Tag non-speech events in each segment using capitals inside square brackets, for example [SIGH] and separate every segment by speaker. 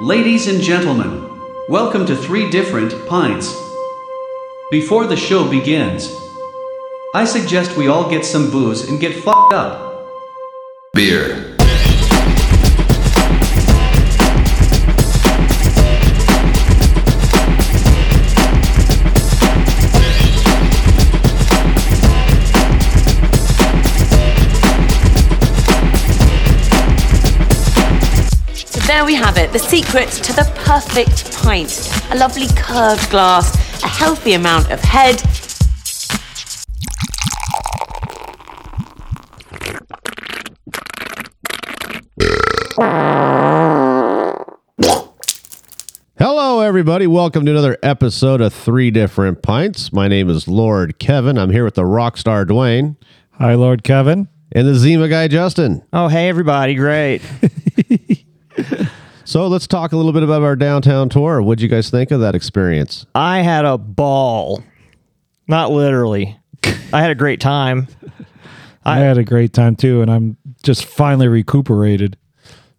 Speaker 1: Ladies and gentlemen, welcome to Three Different Pints. Before the show begins, I suggest we all get some booze and get fucked up.
Speaker 2: Beer.
Speaker 3: So there we have it, the secret to the perfect pint. A lovely curved glass, a healthy amount of head.
Speaker 4: Hello, everybody. Welcome to another episode of Three Different Pints. My name is Lord Kevin. I'm here with the rock star Dwayne
Speaker 5: Hi, Lord Kevin.
Speaker 4: and the Zima guy Justin.
Speaker 6: Oh, hey, everybody. Great.
Speaker 4: So let's talk a little bit about our downtown tour. What'd you guys think of that experience?
Speaker 6: I had a ball. Not literally. I had a great time.
Speaker 5: I, had a great time too, and I'm just finally recuperated.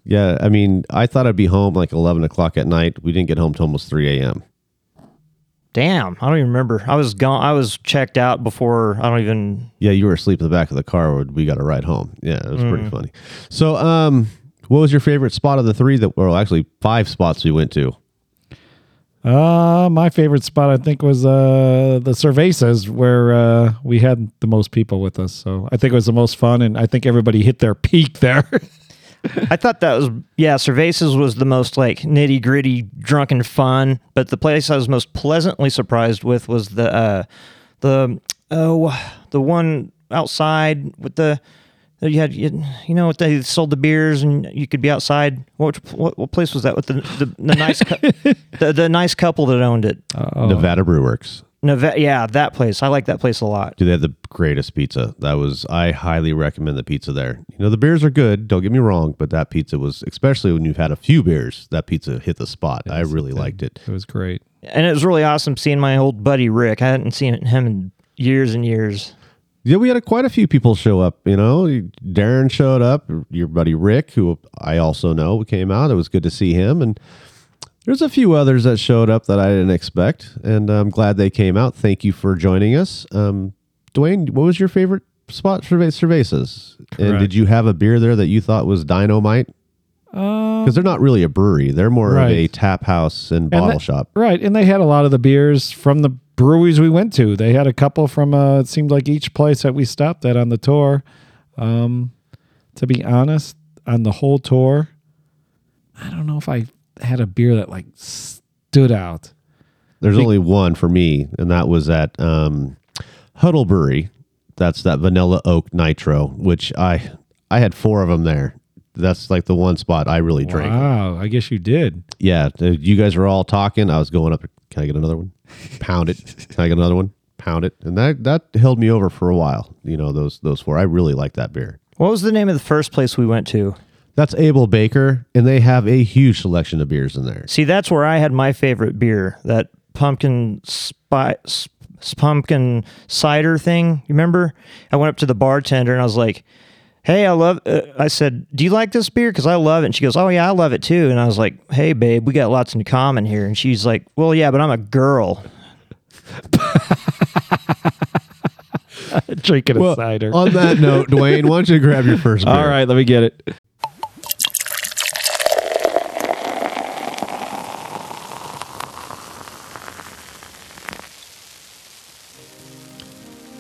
Speaker 4: Yeah, I mean, I thought I'd be home like 11 o'clock at night. We didn't get home till almost 3 a.m.
Speaker 6: Damn, I don't even remember. I was gone. I was checked out before. I don't even.
Speaker 4: Yeah, you were asleep in the back of the car. when We got a ride home. Yeah, it was pretty funny. So, um, what was your favorite spot of the three that, well, actually five spots we went to?
Speaker 5: Uh, my favorite spot, I think, was uh, the Cervezas, where uh, we had the most people with us. So I think it was the most fun, and I think everybody hit their peak there. [LAUGHS]
Speaker 6: I thought that was yeah. Cervezas was the most like nitty gritty, drunken fun. But the place I was most pleasantly surprised with was the uh, the oh the one outside with the. You had you, you know what they sold the beers and you could be outside. What what, what place was that with the the, the nice cou- the, the nice couple that owned it?
Speaker 4: Nevada Brew Works.
Speaker 6: Neve- yeah, that place. I like that place a lot.
Speaker 4: Do they have the greatest pizza? That was I highly recommend the pizza there. You know the beers are good, don't get me wrong, but that pizza was especially when you've had a few beers, that pizza hit the spot. I really liked it.
Speaker 5: it was great.
Speaker 6: And it was really awesome seeing my old buddy Rick. I hadn't seen him in years and years.
Speaker 4: Yeah, we had a, quite a few people show up. You know, Darren showed up, your buddy Rick, who I also know came out. It was good to see him, and there's a few others that showed up that I didn't expect, and I'm glad they came out. Thank you for joining us, um, Dwayne. What was your favorite spot for cervezas? And
Speaker 5: Correct.
Speaker 4: did you have a beer there that you thought was dynamite? Because they're not really a brewery; they're more of a
Speaker 5: Uh, Right.
Speaker 4: tap house and bottle
Speaker 5: that-
Speaker 4: shop.
Speaker 5: Right, and they had a lot of the beers from the breweries we went to. They had a couple from uh, it seemed like each place that we stopped at on the tour. Um, to be honest, on the whole tour, I don't know if I had a beer that like stood out.
Speaker 4: There's only one for me, and that was at um, Huddle Brewery. That's that vanilla oak nitro, which I I had four of them there. That's like the one spot I really drank.
Speaker 5: Wow, I guess you did.
Speaker 4: Yeah, uh, you guys were all talking. I was going up. Can I get another one? Pound it. Can I get another one? Pound it. And that that held me over for a while. You know those those four. I really like that beer.
Speaker 6: What was the name of the first place we went to?
Speaker 4: That's Abel Baker, and they have a huge selection of beers in there.
Speaker 6: See, that's where I had my favorite beer, that pumpkin spy, sp- pumpkin cider thing. You remember? I went up to the bartender and I was like, "Hey, I love." Uh, I said, "Do you like this beer? Because I love it." And she goes, "Oh yeah, I love it too." And I was like, "Hey, babe, we got lots in common here." And she's like, "Well, yeah, but I'm a girl."
Speaker 5: Drinking a cider.
Speaker 4: on that note, Dwayne, why don't you grab your first beer?
Speaker 5: [LAUGHS] All right, let me get it.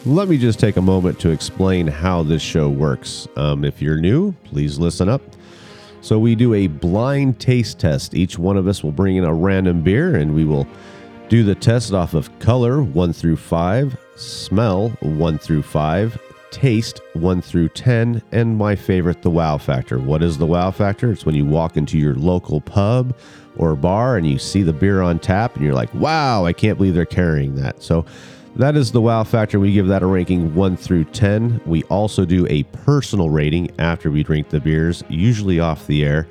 Speaker 4: Let me just take a moment to explain how this show works. Um, if you're new, please listen up. So, we do a blind taste test. Each one of us will bring in a random beer and we will do the test off of color 1 through 5, smell 1 through 5, taste 1 through 10, and my favorite, the wow factor. What is the wow factor? It's when you walk into your local pub or bar and you see the beer on tap and you're like, wow, I can't believe they're carrying that. So, that is the wow factor. We give that a ranking 1 through 10. We also do a personal rating after we drink the beers, usually off the air.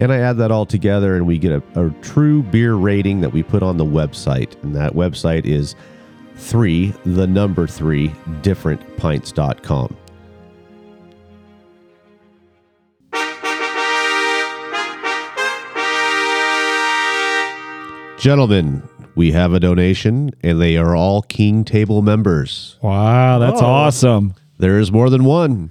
Speaker 4: And I add that all together and we get a, a true beer rating that we put on the website. And that website is 3, the number 3, differentpints.com. Gentlemen, we have a donation, and they are all King Table members.
Speaker 5: Wow, that's awesome.
Speaker 4: There is more than one.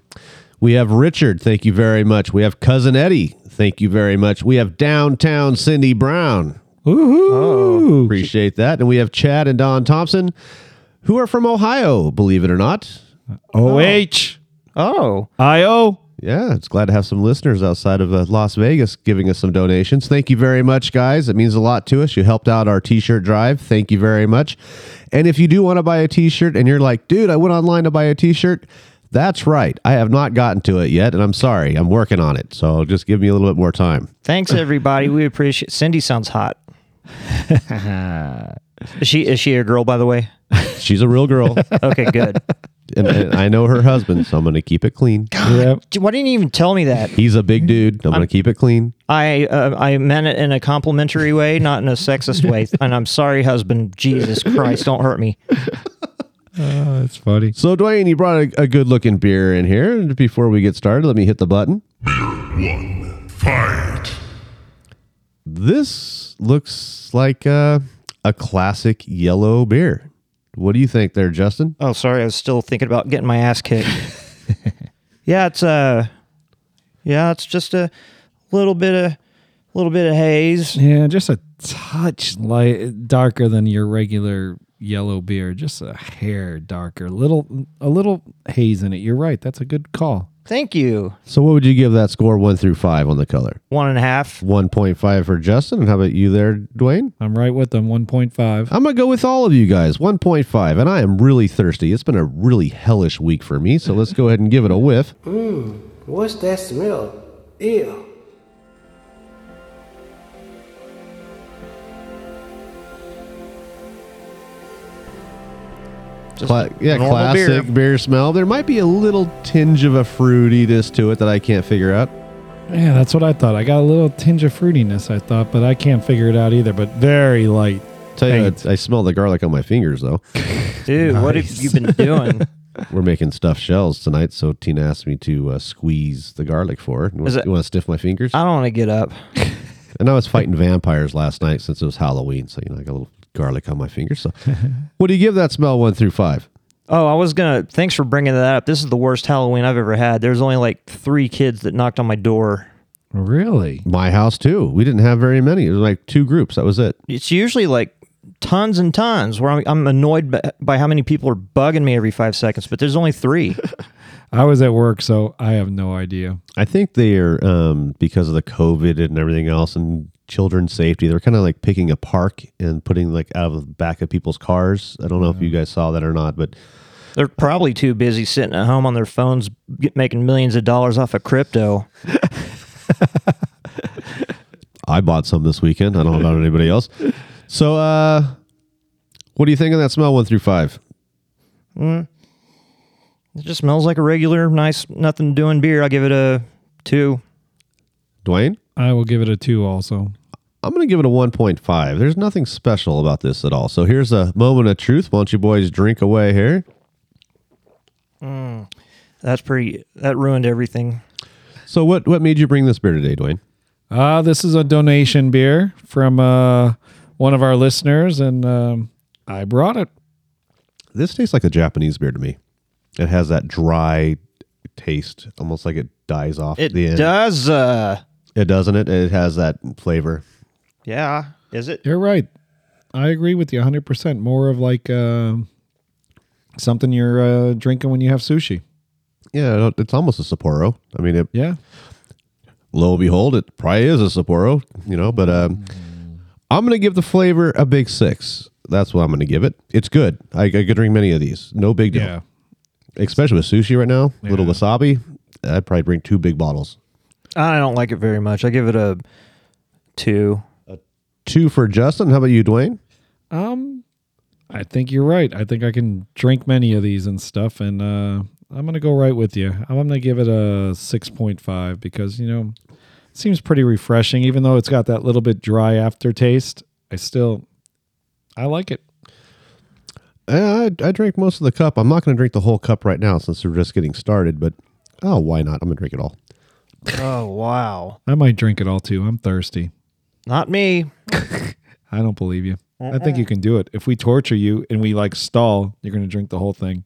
Speaker 4: We have Richard, thank you very much. We have Cousin Eddie, thank you very much. We have Downtown Cindy Brown,
Speaker 5: Woohoo!
Speaker 4: appreciate that. And we have Chad and Don Thompson, who are from Ohio, believe it or not.
Speaker 5: O H
Speaker 6: Oh,
Speaker 5: I O.
Speaker 4: Yeah, it's glad to have some listeners outside of uh, Las Vegas giving us some donations. Thank you very much, guys. It means a lot to us. You helped out our t shirt drive. Thank you very much. And if you do want to buy a t shirt and you're like, dude, I went online to buy a t shirt, that's right. I have not gotten to it yet. And I'm sorry, I'm working on it. So just give me a little bit more time.
Speaker 6: thanks everybody. We appreciate. Cindy sounds hot. is she is she a girl by the way?
Speaker 4: She's a real girl, [LAUGHS]
Speaker 6: Okay, good.
Speaker 4: and, and I know her husband, so I'm going to keep it clean.
Speaker 5: Yep.
Speaker 6: Why didn't you even tell me that?
Speaker 4: He's a big dude. I'm going to keep it clean.
Speaker 6: I uh, I meant it in a complimentary way, not in a sexist [LAUGHS] way. And I'm sorry, husband. Jesus Christ, don't hurt me.
Speaker 5: Oh, that's funny.
Speaker 4: So, Dwayne, you brought a, a good looking beer in here. And before we get started, let me hit the button.
Speaker 2: Fight.
Speaker 4: This looks like uh, a classic yellow beer. What do you think there, Justin?
Speaker 6: Oh, sorry, I was still thinking about getting my ass kicked. [LAUGHS] yeah, it's uh yeah, it's just a little bit of little bit of haze.
Speaker 5: Yeah, just a touch light darker than your regular yellow beer, just a hair darker, little a little haze in it. You're right. That's a good call.
Speaker 6: Thank you.
Speaker 4: So, what would you give that score one through five on the color?
Speaker 6: One and a half.
Speaker 4: 1.5 for Justin. And how about you there, Dwayne?
Speaker 5: I'm right with them. 1.5.
Speaker 4: I'm going to go with all of you guys 1.5. And I am really thirsty. It's been a really hellish week for me. So, let's go ahead and give it a whiff.
Speaker 7: What's that smell? Ew.
Speaker 4: Cla- yeah,
Speaker 6: normal
Speaker 4: classic
Speaker 6: beer.
Speaker 4: beer. smell. There might be a little tinge of a fruitiness to it that I can't figure out.
Speaker 5: Yeah, that's what I thought. I got a little tinge of fruitiness, I thought, but I can't figure it out either. But very light.
Speaker 4: Tell you, what,
Speaker 5: Paint.
Speaker 4: I smell the garlic on my fingers
Speaker 6: [LAUGHS]
Speaker 4: though.
Speaker 6: Dude, what have you been doing? [LAUGHS]
Speaker 4: We're making stuffed shells tonight, so Tina asked me to uh, squeeze the garlic for her. You
Speaker 6: Is it- Uh,
Speaker 4: want, to stiff my fingers?
Speaker 6: I don't want to get up.
Speaker 4: and I was fighting vampires last night since it was Halloween, so you know I got a little garlic on my fingers.
Speaker 6: [LAUGHS]
Speaker 4: So, what do you give that smell one through five?
Speaker 6: Oh, I was gonna. Thanks for bringing that up. This is the worst Halloween I've ever had. There's only like three kids that knocked on my door.
Speaker 5: Really?
Speaker 4: My house too. We didn't have very many. It was like two groups. That was it.
Speaker 6: It's usually like tons and tons. Where I'm, I'm annoyed by, by how many people are bugging me every five seconds, but there's
Speaker 4: [LAUGHS]
Speaker 6: only three.
Speaker 5: I was at work, so I have no idea.
Speaker 4: I think they're um, because of the COVID and everything else and children's safety. They're kind of like picking a park and putting like out of the back of people's cars. I don't know if you guys saw that or not, but
Speaker 6: They're probably too busy sitting at home on their phones, get, making millions of dollars off of crypto.
Speaker 4: I bought some this weekend. I don't know about anybody else. So, uh, what do you think of that smell? One through five.
Speaker 6: It just smells like a regular, nice, nothing doing beer. I give it a two.
Speaker 4: Dwayne,
Speaker 5: I will give it a 2 also.
Speaker 4: I'm going to give it a 1.5. There's nothing special about this at all. So, here's a moment of truth. Why don't you boys drink away here?
Speaker 6: That's pretty. That ruined everything.
Speaker 4: So, what, what made you bring this beer today, Dwayne?
Speaker 5: Uh, this is a donation beer from uh, one of our listeners, and um, I brought it.
Speaker 4: This tastes like a Japanese beer to me. It has that dry taste, almost like it dies off
Speaker 6: It
Speaker 4: at the end.
Speaker 6: does. Uh,
Speaker 4: It doesn't it? It has that flavor.
Speaker 6: yeah. Is it?
Speaker 5: You're right. I agree with you 100%. More of like uh, something you're uh, drinking when you have sushi.
Speaker 4: Yeah, it- it's almost a Sapporo. I mean, it,
Speaker 5: Yeah.
Speaker 4: lo and behold, it probably is a Sapporo, you know, but um, I'm going to give the flavor a big six. That's what I'm going to give it. It's good. I, I could drink many of these. No big deal. Especially with sushi right now, little wasabi. I'd probably drink two big bottles.
Speaker 6: I don't like it very much. I give it a two.
Speaker 4: Two for Justin. How about you, Dwayne?
Speaker 5: Um, I think you're right. I think I can drink many of these and stuff, and uh, I'm gonna go right with you. I'm gonna give it a 6.5 because you know, it seems pretty refreshing. Even though it's got that little bit dry aftertaste, I still, I like it.
Speaker 4: Uh, I, I drank most of the cup. I'm not going to drink the whole cup right now since we're just getting started, but oh, why not? I'm going to drink it
Speaker 5: [LAUGHS]
Speaker 4: all.
Speaker 6: Oh wow.
Speaker 5: I might drink it all too. I'm thirsty.
Speaker 6: Not me.
Speaker 5: I don't believe you. I think you can do it. If we torture you and we like stall, you're going to drink the whole thing.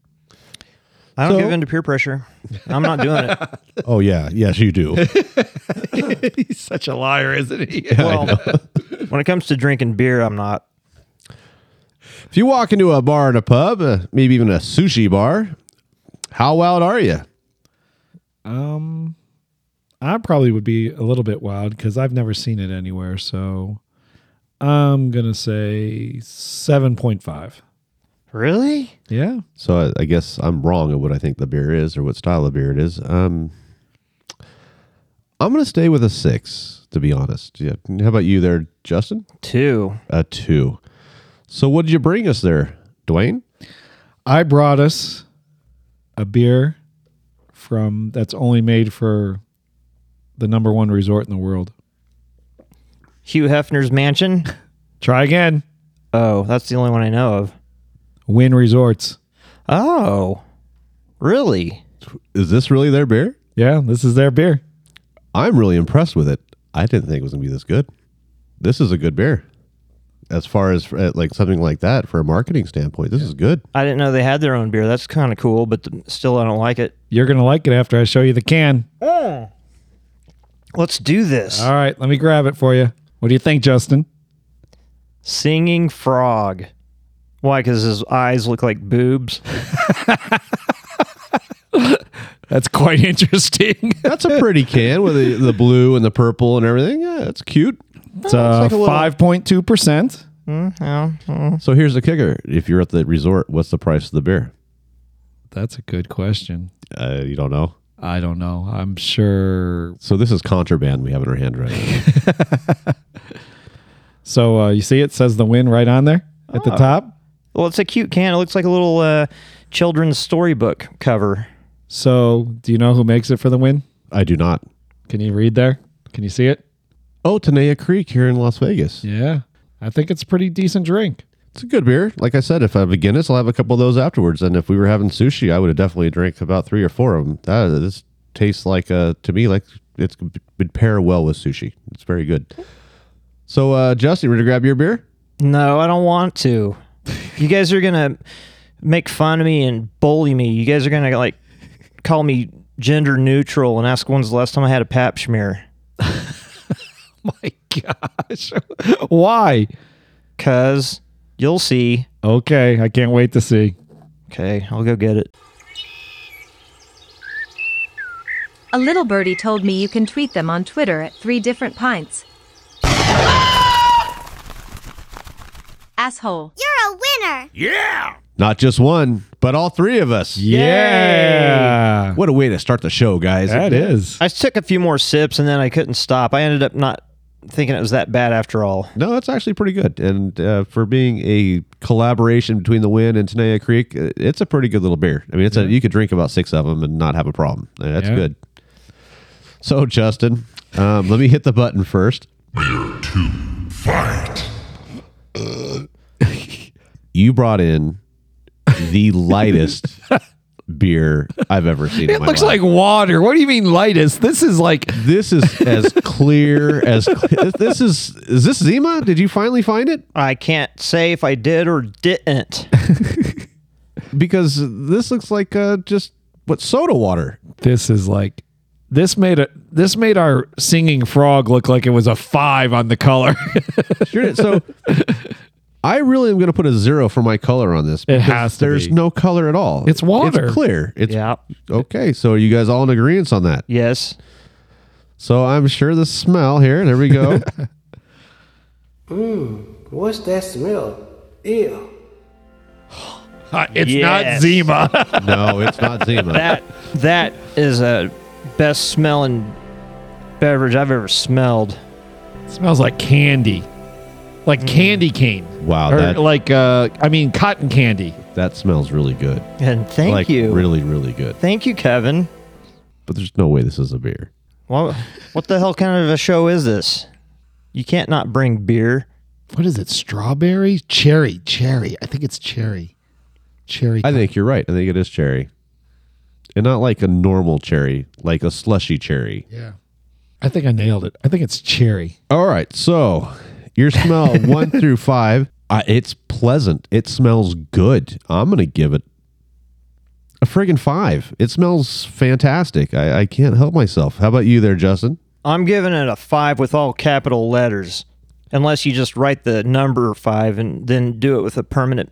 Speaker 6: I don't
Speaker 4: So-
Speaker 6: give in to peer pressure. I'm not doing it.
Speaker 4: Oh yeah, yes you do.
Speaker 5: [LAUGHS] He's such a liar, isn't he?
Speaker 6: Well, [LAUGHS] when it comes to drinking beer, I'm not.
Speaker 4: if you walk into a bar and a pub, uh, maybe even a sushi bar, how wild are you?
Speaker 5: Um, I probably would be a little bit wild because I've never seen it anywhere. So I'm going to say 7.5.
Speaker 6: Really?
Speaker 5: Yeah.
Speaker 4: So I, I guess I'm wrong at what I think the beer is or what style of beer it is. Um, I'm gonna stay with a six, to be honest. Yeah. How about you there, Justin?
Speaker 6: Two.
Speaker 4: A two. So what did you bring us there, Dwayne?
Speaker 5: I brought us a beer from that's only made for the number one resort in the world.
Speaker 6: Hugh Hefner's mansion.
Speaker 5: Try again.
Speaker 6: Oh, that's the only one I know of.
Speaker 5: Win Resorts.
Speaker 6: Oh, really?
Speaker 4: Is this really their beer?
Speaker 5: Yeah, this is their beer.
Speaker 4: I'm really impressed with it. I didn't think it was gonna be this good. This is a good beer. As far as uh, like something like that for a marketing standpoint, this is good.
Speaker 6: I didn't know they had their own beer. That's kind of cool, but th- still, I don't like it.
Speaker 5: You're going to like it after I show you the can.
Speaker 6: Let's do this.
Speaker 5: All right, let me grab it for you. What do you think, Justin?
Speaker 6: Singing frog. Why? Because his eyes look like boobs.
Speaker 5: That's quite [LAUGHS] interesting.
Speaker 4: That's a [LAUGHS] pretty can with the, the blue and the purple and everything. Yeah, that's cute.
Speaker 5: It's uh, 5.2%.
Speaker 4: So here's the kicker: if you're at the resort, what's the price of the beer?
Speaker 5: That's a good question.
Speaker 4: Uh, you don't know.
Speaker 5: I don't know. I'm sure.
Speaker 4: So this is contraband we have in our hand right now.
Speaker 5: So uh, you see, it says the win right on there at the top.
Speaker 6: Well, it's a cute can. It looks like a little uh, children's storybook cover.
Speaker 5: So do you know who makes it for the win?
Speaker 4: I do not.
Speaker 5: Can you read there? Can you see it?
Speaker 4: Oh, Tenaya Creek here in Las Vegas.
Speaker 5: Yeah. I think it's a pretty decent drink.
Speaker 4: It's a good beer. Like I said, if I have a Guinness, I'll have a couple of those afterwards. And if we were having sushi, I would have definitely drank about three or four of them. That this tastes like uh to me like it's would pair well with sushi. It's very good. So uh Justin, ready to grab your beer?
Speaker 6: No, I don't want to. You guys are gonna make fun of me and bully me. You guys are gonna like call me gender neutral and ask when's the last time I had a pap smear.
Speaker 5: [LAUGHS] My gosh. Why?
Speaker 6: Cause you'll see.
Speaker 5: Okay. I can't wait to see.
Speaker 6: Okay, I'll go get it.
Speaker 8: A little birdie told me you can tweet them on Twitter at three different pints. Asshole.
Speaker 9: You're a winner!
Speaker 4: Not just one, but all three of us.
Speaker 5: Yeah.
Speaker 4: What a way to start the show, guys.
Speaker 5: That is.
Speaker 6: I took a few more sips and then I couldn't stop. I ended up not thinking it was that bad after all.
Speaker 4: No, that's actually pretty good. And uh, for being a collaboration between the Win and Tenaya Creek, uh, it's a pretty good little beer. I mean, it's a you could drink about six of them and not have a problem. Uh, That's
Speaker 5: Yeah.
Speaker 4: good. So, Justin, um, let me hit the button first. [LAUGHS] You brought in the lightest beer I've ever seen. in my life.
Speaker 5: water. What do you mean lightest? This is like
Speaker 4: this is as clear as cl- [LAUGHS] this is. Is this Zima? Did you finally find it?
Speaker 6: I can't say if I did or didn't. [LAUGHS]
Speaker 4: because this looks like uh, just what soda water.
Speaker 5: this is like this made a this made our singing frog look like it was a five on the color. [LAUGHS]
Speaker 4: Sure. So I really am going to put a zero for my color on this. because
Speaker 5: has to
Speaker 4: There's
Speaker 5: be.
Speaker 4: no color at all.
Speaker 5: It's water.
Speaker 4: It's clear. It's
Speaker 6: yeah.
Speaker 4: okay. So are you guys all in agreement on that?
Speaker 6: Yes.
Speaker 4: So I'm sure the smell here. There we
Speaker 5: [LAUGHS]
Speaker 4: go.
Speaker 7: What's that smell? Ew.
Speaker 5: it's
Speaker 6: Yes.
Speaker 5: not Zima.
Speaker 4: no, it's not Zima.
Speaker 6: That that is a best smelling beverage I've ever smelled.
Speaker 5: it smells like candy. Like candy cane.
Speaker 4: Wow,
Speaker 5: Or
Speaker 4: that
Speaker 5: like uh I mean cotton candy.
Speaker 4: that smells really good.
Speaker 6: And thank
Speaker 4: like
Speaker 6: you.
Speaker 4: really, really good.
Speaker 6: Thank you, Kevin.
Speaker 4: But there's no way this is a beer.
Speaker 6: What, what the hell kind of a show is this? You can't not bring beer.
Speaker 10: What is it? Strawberry? Cherry. Cherry. I think it's cherry. Cherry.
Speaker 4: I think you're right. I think it is cherry, and not like a normal cherry, like a slushy cherry.
Speaker 10: Yeah. I think I nailed it. I think it's cherry.
Speaker 4: All right, so Your smell
Speaker 5: [LAUGHS]
Speaker 4: one through five. Uh, it's pleasant. It smells good. I'm gonna give it a friggin' five. It smells fantastic. I, I can't help myself. How about you there, Justin?
Speaker 6: I'm giving it a five with all capital letters, unless you just write the number five and then do it with a permanent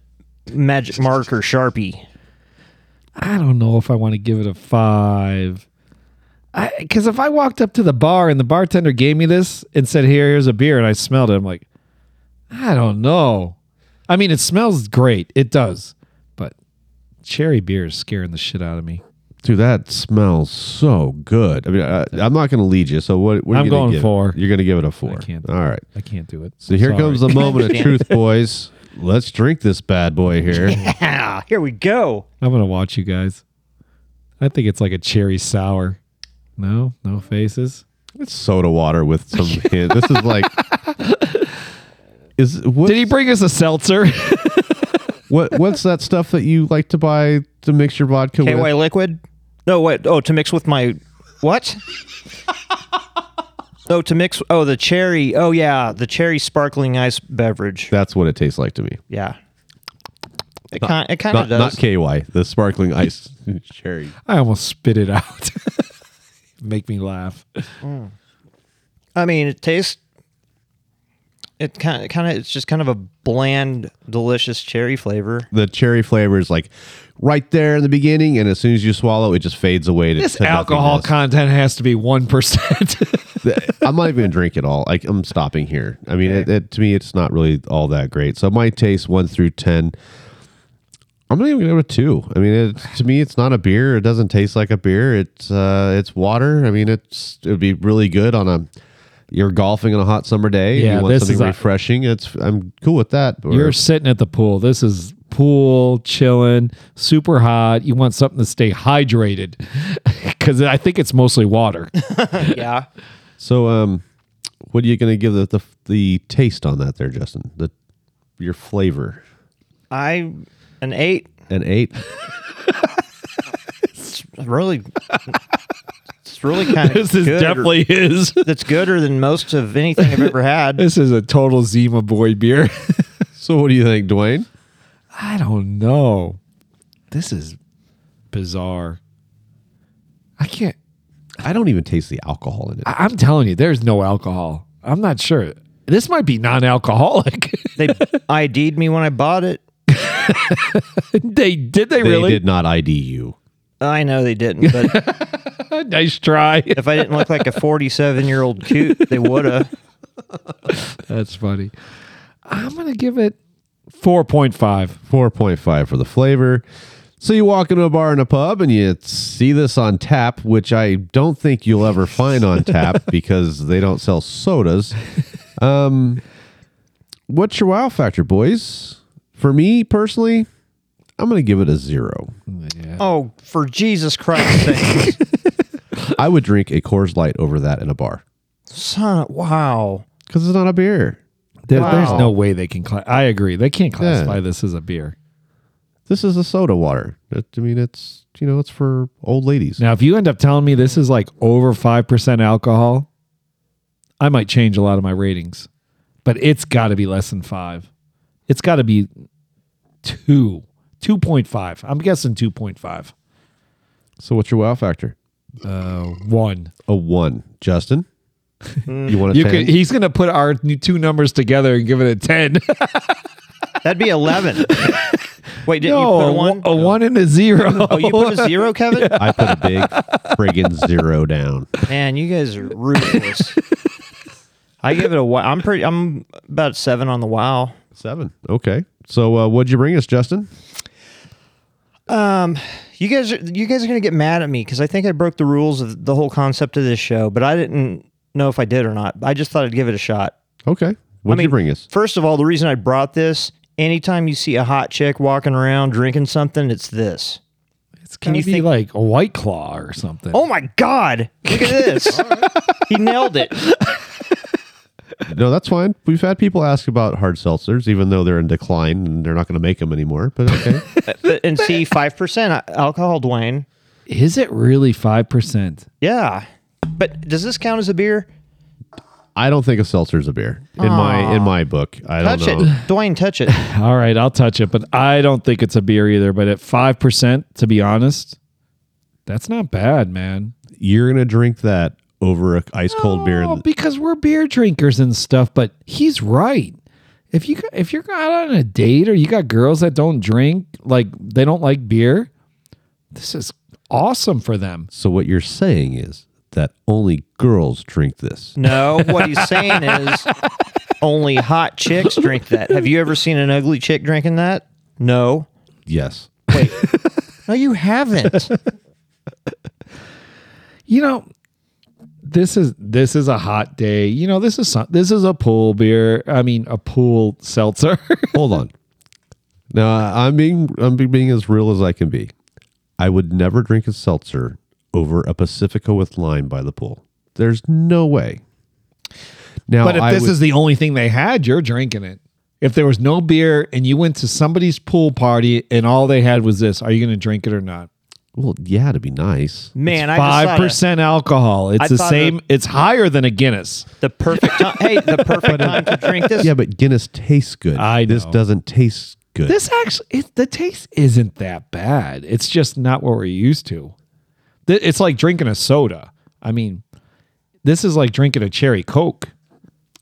Speaker 6: magic marker sharpie.
Speaker 5: I don't know if I want to give it a five. Because if I walked up to the bar and the bartender gave me this and said, "Here, here's a beer," and I smelled it, I'm like, I don't know. I mean, it smells great, it does, but cherry beer is scaring the shit out of me.
Speaker 4: Dude, that smells so good. I mean, I, I'm not gonna lead you. So what? what are you
Speaker 5: I'm
Speaker 4: gonna
Speaker 5: going
Speaker 4: give it?
Speaker 5: four.
Speaker 4: You're gonna give it a four.
Speaker 5: can't.
Speaker 4: All right.
Speaker 5: I can't do it.
Speaker 4: So here
Speaker 5: Sorry.
Speaker 4: comes the moment
Speaker 5: [LAUGHS]
Speaker 4: of truth, boys. Let's drink this bad boy here.
Speaker 6: Ah, here we go.
Speaker 5: [LAUGHS] I'm gonna watch you guys. I think it's like a cherry sour. No, no faces.
Speaker 4: It's soda water with some hint. This is like. Is what,
Speaker 5: Did he bring us a seltzer? [LAUGHS]
Speaker 4: what what's that stuff that you like to buy to mix your vodka
Speaker 6: KY
Speaker 4: with?
Speaker 6: liquid? No, wait. Oh, to mix with my
Speaker 4: [LAUGHS]
Speaker 6: what? oh, to mix. Oh, the cherry. Oh, yeah, the cherry sparkling ice beverage.
Speaker 4: That's what it tastes like to me.
Speaker 6: Yeah. It kind. It kind
Speaker 4: Not
Speaker 6: of does.
Speaker 4: not KY, the sparkling ice cherry.
Speaker 5: I almost spit it out. [LAUGHS] Make me laugh.
Speaker 6: I mean, it tastes. It kind of, kind of, it's just kind of a bland, delicious
Speaker 5: [LAUGHS]
Speaker 6: cherry flavor.
Speaker 4: The cherry flavor is like right there in the beginning, and as soon as you swallow, it just fades away. To,
Speaker 5: This
Speaker 4: to
Speaker 5: alcohol
Speaker 4: nothingness.
Speaker 5: content has to be one percent. [LAUGHS]
Speaker 4: I'm not even gonna drink it all. Like I'm stopping here. I mean, it, it, to me, it's not really all that great. So my taste one through ten. I'm not even gonna give it a two. I mean, it, to me, it's not a beer. It doesn't taste like a beer. It's uh, it's water. I mean, it's it would be really good on a you're golfing on a hot summer day.
Speaker 5: Yeah,
Speaker 4: you want
Speaker 5: this
Speaker 4: something
Speaker 5: is a-
Speaker 4: refreshing. it's I'm cool with that. Or-
Speaker 5: You're sitting at the pool. This is pool chilling, super hot. You want something to stay hydrated [LAUGHS] because I think it's mostly water.
Speaker 6: yeah.
Speaker 4: so um, what are you gonna give the the, the taste on that there, Justin? The your flavor
Speaker 6: I an eight
Speaker 4: an eight.
Speaker 5: [LAUGHS]
Speaker 6: really. It's really kind
Speaker 5: [LAUGHS] [LAUGHS]
Speaker 6: of
Speaker 5: this is definitely his. [LAUGHS]
Speaker 6: that's gooder than most of anything I've ever had.
Speaker 5: This is a total Zima boy beer. [LAUGHS]
Speaker 4: so what do you think, Dwayne?
Speaker 5: I don't know. This is bizarre. I can't.
Speaker 4: I don't even taste the alcohol in it.
Speaker 5: I- I'm telling you, there's no alcohol. I'm not sure. This might be non-alcoholic. [LAUGHS]
Speaker 6: They ID'd me when I bought it.
Speaker 5: they did they,
Speaker 4: They
Speaker 5: really?
Speaker 4: did not ID you.
Speaker 6: I know they didn't,
Speaker 5: [LAUGHS]
Speaker 6: but
Speaker 5: Nice try.
Speaker 6: if I didn't look like a 47 year old cute, they would have.
Speaker 5: [LAUGHS] That's funny. I'm gonna give it four point five.
Speaker 4: 4.5 for the flavor. So you walk into a bar in a pub and you see this on tap, which I don't think you'll ever find on tap
Speaker 5: [LAUGHS]
Speaker 4: because they don't sell sodas. Um, what's your wow factor, boys? For me personally, I'm going to give it a zero.
Speaker 6: Oh, for Jesus
Speaker 5: [LAUGHS]
Speaker 6: Christ's sake.
Speaker 4: I would drink a Coors Light over that in a bar
Speaker 6: Son, wow.
Speaker 4: because it's not a beer.
Speaker 5: There, There's
Speaker 6: Wow.
Speaker 5: no way they can. Cla- I agree. They can't classify
Speaker 4: Yeah.
Speaker 5: this as a beer.
Speaker 4: This is a soda water. It- I mean, it's you know, it's for old ladies.
Speaker 5: Now, if you end up telling me this is like over five percent alcohol, I might change a lot of my ratings. But it's got to be less than five. It's got to be two, two point five. I'm guessing two point five.
Speaker 4: So what's your wow factor?
Speaker 5: Uh, one.
Speaker 4: A one, Justin. you want to?
Speaker 5: You could, he's gonna put our new two numbers together and give it a ten.
Speaker 6: That'd
Speaker 5: [LAUGHS]
Speaker 6: be 11. Wait, didn't
Speaker 5: no, [LAUGHS]
Speaker 6: you put a
Speaker 5: a one,
Speaker 6: one?
Speaker 5: a one and a
Speaker 6: [LAUGHS]
Speaker 5: zero.
Speaker 6: Oh, you put a zero, Kevin?
Speaker 4: I put a
Speaker 5: [LAUGHS]
Speaker 4: big friggin' zero down.
Speaker 6: Man, you guys are ruthless. I give it a wow. I'm pretty, I'm about seven on the wow.
Speaker 4: Seven. Okay. So uh, what'd you bring us, Justin?
Speaker 6: You guys, are, you guys are gonna get mad at me because I think I broke the rules of the whole concept of this show, but I didn't know if I did or not. I just thought I'd give it a shot.
Speaker 4: Okay. What'd
Speaker 6: I
Speaker 4: you bring us?
Speaker 6: First of all, the reason I brought this, anytime you see a hot chick walking around drinking something, it's this.
Speaker 5: It's gonna
Speaker 6: you
Speaker 5: be
Speaker 6: think-
Speaker 5: like a white claw or something.
Speaker 6: Oh my god! Look at this. he nailed it.
Speaker 4: No, that's fine. We've had people ask about hard seltzers, even though they're in decline and they're not going to make them anymore. But
Speaker 5: [LAUGHS]
Speaker 4: okay.
Speaker 6: But- And see, five percent uh, alcohol, Dwayne.
Speaker 5: Is it really five percent?
Speaker 6: Yeah, but does this count as a beer?
Speaker 4: I don't think a seltzer is a beer in my in my book. I don't
Speaker 6: Touch it,
Speaker 4: know.
Speaker 6: [LAUGHS] Dwayne. Touch it.
Speaker 5: All right, I'll touch it, but I don't think it's a beer either. But at five percent, to be honest, that's not bad, man.
Speaker 4: You're gonna drink that over a ice cold beer.
Speaker 5: No,
Speaker 4: And
Speaker 5: because we're beer drinkers and stuff. But he's right. If you got- if you're out on a date or you got girls that don't drink, like they don't like beer, this is awesome for them.
Speaker 4: so what you're saying is that only girls drink this.
Speaker 6: No, what he's saying is only hot chicks drink that. Have you ever seen an ugly chick drinking that? No.
Speaker 4: Yes.
Speaker 6: No,
Speaker 4: [LAUGHS]
Speaker 6: you haven't.
Speaker 5: You know, this is this is a hot day. You know, this is some, this is a pool beer. I mean, a pool seltzer. [LAUGHS]
Speaker 4: Hold on. Now I- I'm being I'm be- being as real as I can be. I would never drink a seltzer over a Pacifico with lime by the pool. There's no way. Now,
Speaker 5: But if
Speaker 4: I
Speaker 5: this
Speaker 4: would-
Speaker 5: is the only thing they had, you're drinking it. If there was no beer and you went to somebody's pool party and all they had was this, are you going to drink it or not?
Speaker 4: well, yeah, to be nice.
Speaker 6: Man, I
Speaker 5: Five
Speaker 6: decided
Speaker 5: percent alcohol. It's
Speaker 6: I
Speaker 5: the
Speaker 6: thought
Speaker 5: same.
Speaker 6: of-
Speaker 5: it's higher than a Guinness.
Speaker 6: the perfect time. Hey, the perfect time to drink this.
Speaker 4: Yeah, but Guinness tastes good.
Speaker 5: I
Speaker 4: This
Speaker 5: know.
Speaker 4: doesn't taste good.
Speaker 5: This actually, it, the taste isn't that bad. It's just not what we're used to. Th- It's like drinking a soda. I mean, this is like drinking a cherry coke.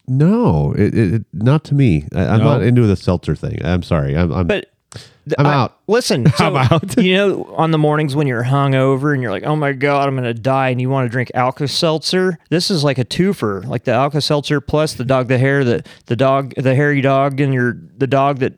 Speaker 4: no, it, it, it- not to me. I, I'm
Speaker 5: No?
Speaker 4: not into the seltzer thing. I'm sorry. I'm, I'm
Speaker 6: But
Speaker 4: [LAUGHS] I'm
Speaker 6: I-
Speaker 4: out.
Speaker 6: Listen, so,
Speaker 5: I'm out.
Speaker 6: you know, on the mornings when you're hungover and you're like, "Oh my god, I'm gonna die," and you want to drink Alka Seltzer, this is like a twofer. Like the Alka Seltzer plus the dog, the hair, the the dog, the hairy dog, and your the
Speaker 4: [LAUGHS]
Speaker 6: dog that.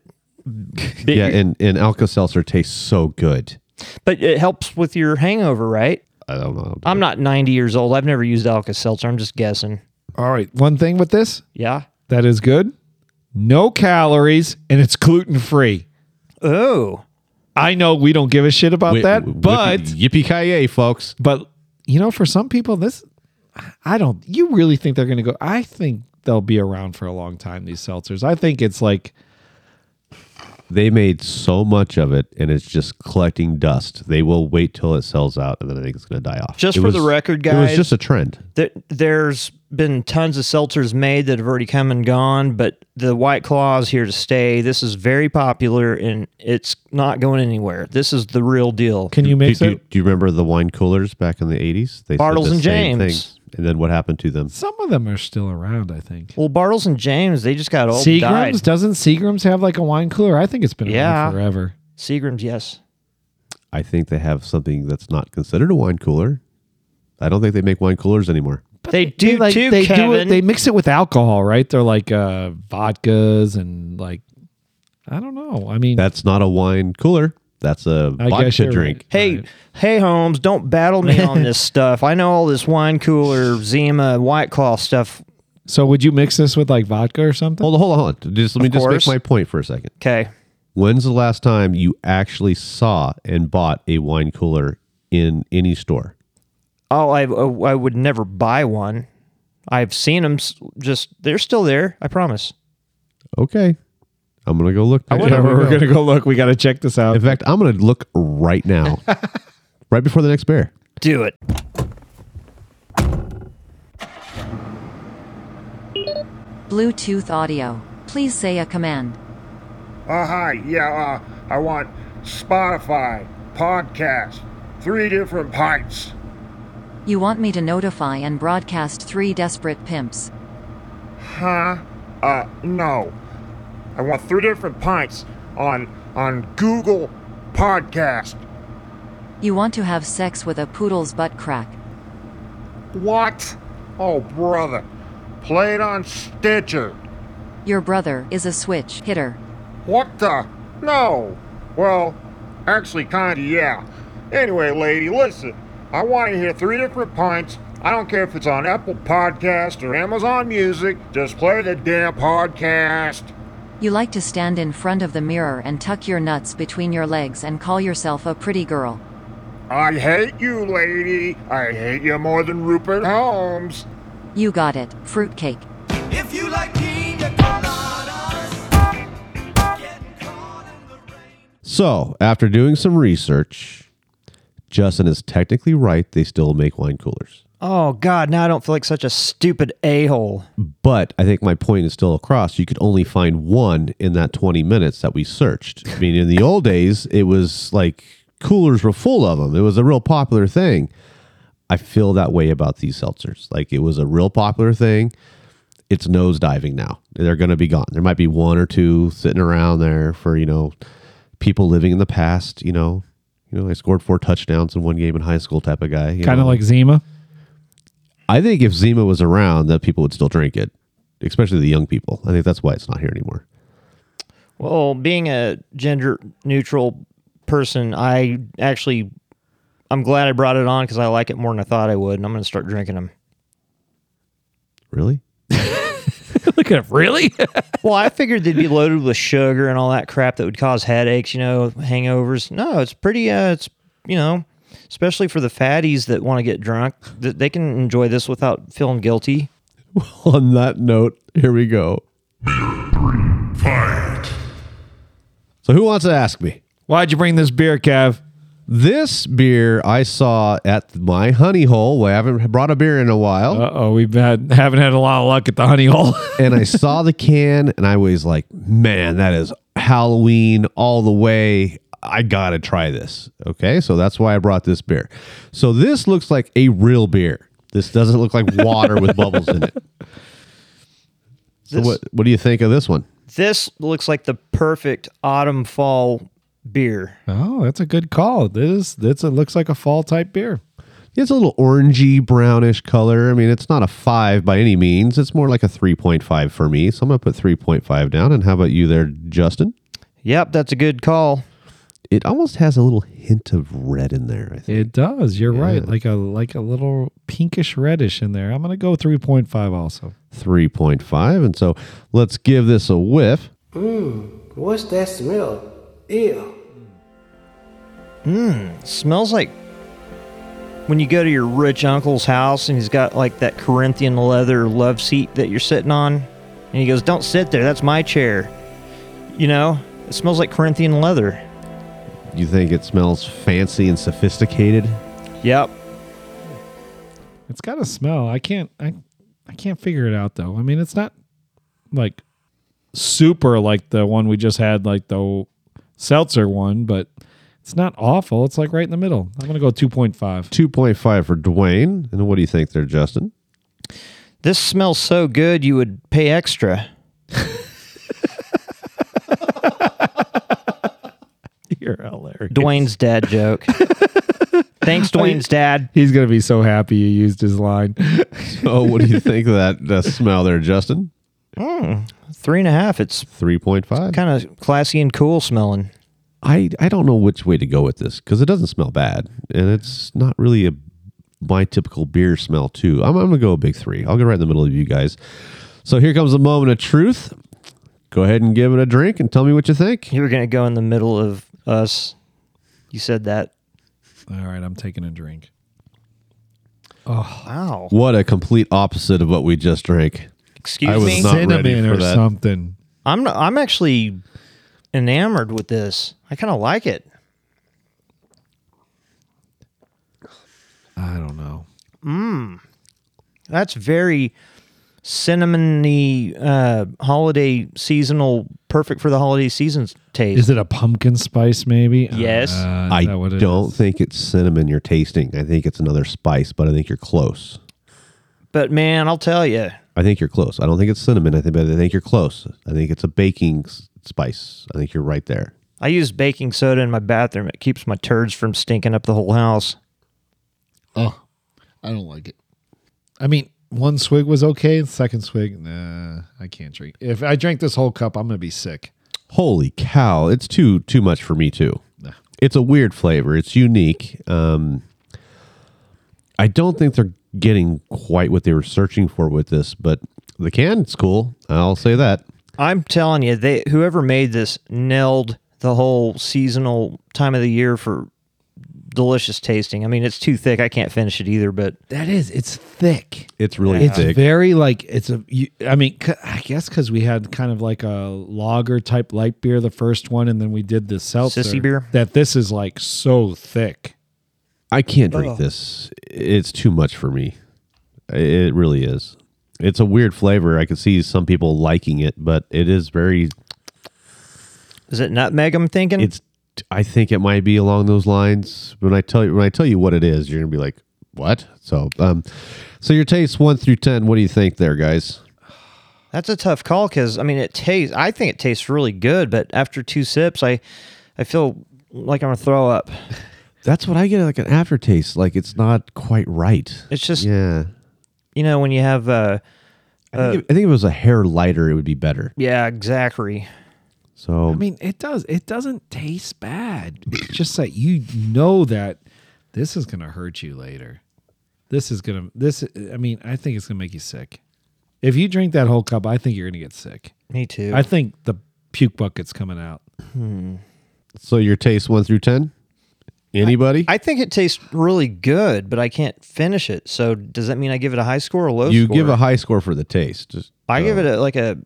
Speaker 6: bit
Speaker 4: yeah,
Speaker 6: your-
Speaker 4: and and Alka Seltzer tastes so good.
Speaker 6: but it helps with your hangover, right?
Speaker 4: I don't know.
Speaker 6: I'm not 90 years old. I've never used Alka Seltzer. I'm just guessing.
Speaker 5: All right. One thing with this
Speaker 6: Yeah.
Speaker 5: that is good: no calories and it's gluten free.
Speaker 6: Oh.
Speaker 5: I know we don't give a shit about that, but
Speaker 4: yippee ki yay, folks.
Speaker 5: But you know, for some people, this I don't. You really think they're going to go? I think they'll be around for a long time. These seltzers. I think it's like
Speaker 4: They made so much of it, and it's just collecting dust. They will wait till it sells out, and then I think it's going to die off.
Speaker 6: Just
Speaker 4: It
Speaker 6: for the record,
Speaker 4: it was
Speaker 6: guys-
Speaker 4: just a trend.
Speaker 6: There, there's been tons of seltzers made that have already come and gone, but the White Claw is here to stay. This is very popular and it's not going anywhere. This is the real deal.
Speaker 5: can you
Speaker 4: Do,
Speaker 5: mix
Speaker 4: do,
Speaker 5: it?
Speaker 4: do you remember the wine coolers back in the eighties? They said
Speaker 6: Bartles
Speaker 4: the
Speaker 6: and
Speaker 4: same
Speaker 6: James.
Speaker 4: thing, and then what happened to them?
Speaker 5: Some of them are still around. I think.
Speaker 6: Well, Bartles and James, they just got old. and
Speaker 5: Seagrams
Speaker 6: died.
Speaker 5: doesn't Seagrams have like a wine cooler? I think it's been
Speaker 6: Yeah.
Speaker 5: around forever.
Speaker 6: Seagrams, yes.
Speaker 4: I think they have something that's not considered a wine cooler. I don't think they make wine coolers anymore.
Speaker 6: they do
Speaker 5: like,
Speaker 6: too,
Speaker 5: they
Speaker 6: Kevin.
Speaker 5: do it. They mix it with alcohol, right? They're like uh, vodkas and like I don't know. I mean,
Speaker 4: That's not a wine cooler. That's a
Speaker 5: I guess
Speaker 4: vodka
Speaker 5: you're
Speaker 4: drink.
Speaker 5: right.
Speaker 6: hey, hey, Holmes, don't battle me on
Speaker 5: [LAUGHS]
Speaker 6: this stuff. I know all this wine cooler, Zima, White Claw stuff.
Speaker 5: so would you mix this with like vodka or something?
Speaker 4: Hold on, hold on, hold on. Just let me
Speaker 6: Of
Speaker 4: just
Speaker 6: course.
Speaker 4: make my point for a second.
Speaker 6: Okay.
Speaker 4: When's the last time you actually saw and bought a wine cooler in any store?
Speaker 6: Oh, I I would never buy one. I've seen them. Just they're still there. I promise.
Speaker 4: Okay, I'm gonna go look.
Speaker 5: Yeah, we're gonna go look. We got to check this out.
Speaker 4: In fact, I'm gonna look right
Speaker 5: [LAUGHS]
Speaker 4: now, right before the next beer.
Speaker 6: Do it.
Speaker 8: Bluetooth audio. Please say a command.
Speaker 9: Uh, hi, yeah, uh, I want Spotify, podcast, three different pints.
Speaker 8: You want me to notify and broadcast three desperate pimps.
Speaker 9: Huh? Uh, no. I want three different pints on on Google Podcast.
Speaker 8: You want to have sex with a poodle's butt crack.
Speaker 9: What? Oh, brother. Play it on Stitcher.
Speaker 8: Your brother is a switch hitter.
Speaker 9: What the? No. Well, actually, kinda, yeah. Anyway, lady, listen. I want to hear three different pints. I don't care if it's on Apple Podcast or Amazon Music. Just play the damn podcast.
Speaker 8: You like to stand in front of the mirror and tuck your nuts between your legs and call yourself a pretty girl.
Speaker 9: I hate you, lady. I hate you more than Rupert Holmes.
Speaker 8: You got it, fruitcake.
Speaker 11: If you like pina coladas, get caught in the rain.
Speaker 4: So after doing some research, Justin is technically right. They still make wine coolers.
Speaker 6: Oh God, now I don't feel like such a stupid a hole.
Speaker 4: But I think my point is still across. You could only find one in that 20 minutes that we searched. I mean, in the old days, it was like coolers were full of them, it was a real popular thing. I feel that way about these seltzers. Like it was a real popular thing. It's nosediving now. They're going to be gone. There might be one or two sitting around there for, you know, people living in the past, you know. You know, I scored four touchdowns in one game in high school type of guy. you
Speaker 5: Kind
Speaker 4: know.
Speaker 5: of like [LAUGHS] Zima.
Speaker 4: I think if Zima was around, that people would still drink it, especially the young people. I think that's why it's not here anymore.
Speaker 6: Well, being a gender neutral person, I actually, I'm glad I brought it on because I like it more than I thought I would, and I'm going to start drinking them.
Speaker 4: Really? [LAUGHS]
Speaker 5: Look at really.
Speaker 6: well, I figured they'd [LAUGHS] be loaded with sugar and all that crap that would cause headaches, you know, hangovers. No, it's pretty. Uh, it's you know, especially for the fatties that want to get drunk, that they can enjoy this without feeling guilty.
Speaker 4: On that note, here we go. So, who wants to ask me?
Speaker 5: [LAUGHS] Why'd you bring this beer, Kev?
Speaker 4: This beer I saw at my honey hole. Well, I haven't brought a beer in a while.
Speaker 5: Uh oh, we've had haven't had a lot of luck at the honey hole. [LAUGHS]
Speaker 4: and I saw the can and I was like, man, that is Halloween all the way. I gotta try this. Okay, so that's why I brought this beer. So this looks like a real beer. This doesn't look like water with bubbles in it. So
Speaker 6: This-
Speaker 4: what what do you think of this one?
Speaker 6: This looks like the perfect autumn fall beer.
Speaker 5: oh, that's a good call. This this it looks like a fall type beer.
Speaker 4: It's a little orangey brownish color. I mean, it's not a five by any means. It's more like a three point five for me. So I'm gonna put three point five down. And how about you there, Justin?
Speaker 6: Yep, that's a good call.
Speaker 4: It almost has a little hint of red in there. I think.
Speaker 5: It does. You're right. Like a like a little pinkish reddish in there. I'm gonna go three point five also.
Speaker 4: 3.5. And so let's give this a whiff.
Speaker 7: Mmm, what's that smell? Ew.
Speaker 6: smells like when you go to your rich uncle's house and he's got like that Corinthian leather love seat that you're sitting on, and he goes, "Don't sit there. That's my chair." You know, it smells like Corinthian leather.
Speaker 4: You think it smells fancy and sophisticated?
Speaker 6: Yep.
Speaker 5: It's got a smell. I can't I I can't figure it out though. I mean it's not like super like the one we just had, like the seltzer one, but it's not awful. It's like right in the middle. I'm gonna go two
Speaker 4: [LAUGHS]
Speaker 5: point five.
Speaker 4: 2.5 for Dwayne. And what do you think there, Justin? [LAUGHS]
Speaker 6: This smells so good you would pay extra.
Speaker 5: You're hilarious.
Speaker 6: Dwayne's dad [LAUGHS] joke. Thanks, Dwayne's dad.
Speaker 5: He's gonna be so happy you used his line.
Speaker 4: Oh, what do you think of that, that smell there, Justin?
Speaker 6: Three and a half. It's
Speaker 4: 3.5.
Speaker 6: kind of classy and cool smelling.
Speaker 4: I, I don't know which way to go with this because it doesn't smell bad. And it's not really a my typical beer smell, too. I'm, I'm going to go a big three. I'll go right in the middle of you guys. So here comes the moment of truth. Go ahead and give it a drink and tell me what you think.
Speaker 6: You were gonna go in the middle of us. You said that.
Speaker 5: [LAUGHS] All right, I'm taking a drink.
Speaker 6: Wow.
Speaker 4: What a complete opposite of what we just drank.
Speaker 6: Excuse
Speaker 4: I was
Speaker 6: me.
Speaker 4: not- ready
Speaker 5: Cinnamon
Speaker 4: for
Speaker 5: or
Speaker 4: that.
Speaker 5: something.
Speaker 6: I'm not, I'm actually enamored with this. I kind of like it.
Speaker 5: I don't know.
Speaker 6: That's very cinnamony uh, holiday seasonal, perfect for the holiday seasons taste.
Speaker 5: Is it a pumpkin spice maybe?
Speaker 6: Yes.
Speaker 5: Uh, is
Speaker 4: I
Speaker 5: that what it
Speaker 4: don't
Speaker 5: is?
Speaker 4: think it's cinnamon you're tasting. I think it's another spice, but I think you're close.
Speaker 6: but man, I'll tell you,
Speaker 4: I think you're close. I don't think it's cinnamon. I think, but I think you're close. I think it's a baking s- spice. I think you're right there.
Speaker 6: I use baking soda in my bathroom. It keeps my turds from stinking up the whole house.
Speaker 10: Oh, I don't like it.
Speaker 5: I mean, one swig was okay. The second swig, nah, I can't drink. If I drink this whole cup, I'm gonna be sick.
Speaker 4: Holy cow! It's too too much for me too. It's a weird flavor. It's unique. Um, I don't think they're getting quite what they were searching for with this, but the can's cool. I'll say that.
Speaker 6: I'm telling you, they whoever made this nailed the whole seasonal time of the year for delicious tasting. I mean, it's too thick. I can't finish it either, but
Speaker 10: That is, it's thick.
Speaker 4: It's really
Speaker 10: It's
Speaker 4: thick.
Speaker 10: very like
Speaker 5: It's a, you, I mean, c- I guess because we had kind of like a lager type light beer, the first one, and then we did the seltzer
Speaker 6: Sissy beer?
Speaker 5: That this is like so thick.
Speaker 4: I can't drink this. It's too much for me. It really is. It's a weird flavor. I can see some people liking it, but it is very.
Speaker 6: Is it nutmeg? I'm thinking.
Speaker 4: It's. I think it might be along those lines. When I tell you when I tell you what it is, you're gonna be like, "What?" So, um, so your taste one through ten. What do you think there, guys?
Speaker 6: That's a tough call because I mean it tastes. I think it tastes really good, but after two sips, I, I feel like I'm gonna throw up.
Speaker 4: That's what I get like an aftertaste. Like it's not quite right.
Speaker 6: It's just
Speaker 4: yeah.
Speaker 6: you know when you have uh,
Speaker 4: I think, if, I think if it was a hair lighter, it would be better.
Speaker 6: yeah exactly.
Speaker 4: So
Speaker 5: I mean, it does. It doesn't taste bad. It's just that you know that this is gonna hurt you later. This is gonna. This. I mean, I think it's gonna make you sick. If you drink that whole cup, I think you're gonna get sick.
Speaker 6: Me too.
Speaker 5: I think the puke bucket's coming out.
Speaker 4: so your taste one through ten. Anybody?
Speaker 6: I think it tastes really good, but I can't finish it. So does that mean I give it a high score or a low
Speaker 4: you
Speaker 6: score?
Speaker 4: give a uh, high score for the taste. Just
Speaker 6: I give it a, like a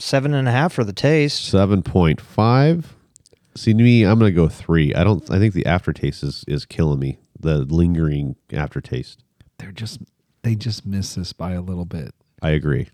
Speaker 6: seven and a half for the taste.
Speaker 4: seven point five. See to me, I'm gonna go three. I don't. I think the aftertaste is is killing me. The lingering aftertaste.
Speaker 5: They're just. They just miss this by a little bit.
Speaker 4: I agree.